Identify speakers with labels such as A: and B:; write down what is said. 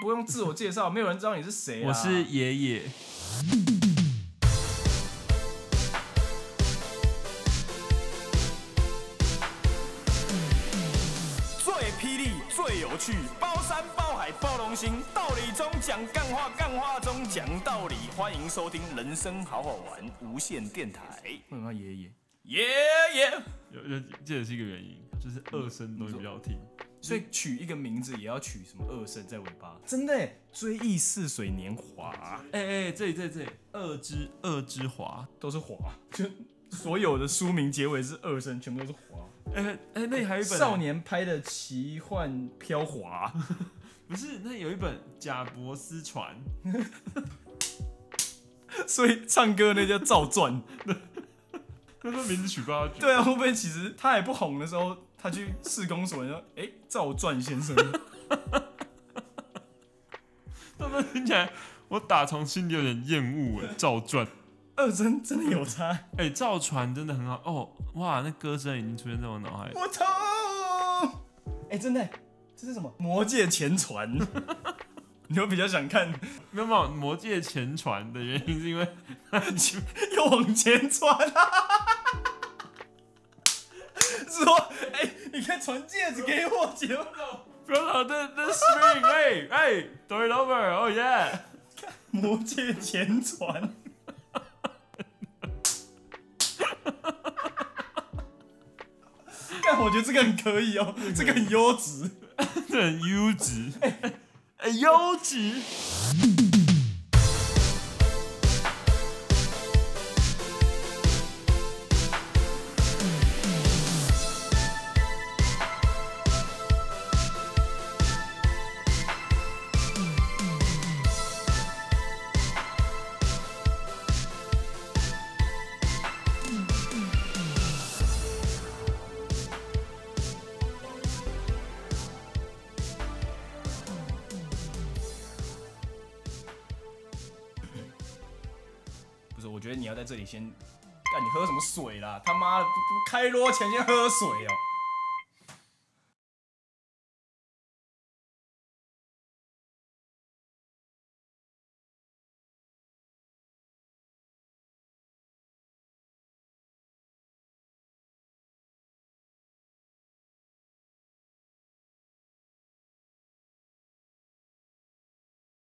A: 不用自我介绍，没有人知道你是谁、啊。
B: 我是爷爷。
C: 最霹雳、最有趣，包山包海包容心，道理中讲干话，干话中讲道理。欢迎收听《人生好好玩》无线电台。
A: 为什么要爷爷？
C: 耶耶！
B: 有有，这也是一个原因，就是二声都比较听。
A: 所以取一个名字也要取什么二声在尾巴，真的耶追忆似水年华
B: 哎、哎、这里这里这里，二之二之华。
A: 都是华，就所有的书名结尾是二声，全部都是华。
B: 哎、哎、那里还有一本
A: 少年拍的奇幻飘华，
B: 不是，那有一本贾伯斯传，
A: 所以唱歌那叫赵传。
B: 那这名字取不 下去。
A: 对啊，会不会其实他还不红的时候，他去市公所，人说：“哎、赵传先生。
B: 但那听起来，我打从心里有点厌恶 哎。赵传，”
A: 二声真的有差。
B: 哎、赵传真的很好哦。哇，那歌声已经出现在我脑海里。
A: 我头，哎、真的耶，这是什么？魔界前传。 你会比较想看，
B: 没有没有，《魔界前传》的原因是因为
A: 又往前传啊。是 说，哎、你看传戒指给我，结果
B: 不要老的 The Spring，哎哎，Turn Over，Oh Yeah。
A: 魔界前传。哎但我觉得这个很可以哦，这个很优质。
B: 这很优质，哎优质。
A: 不是，我觉得你要在这里先，干你喝什么水啦？他妈的，不不开锣前先喝水哦、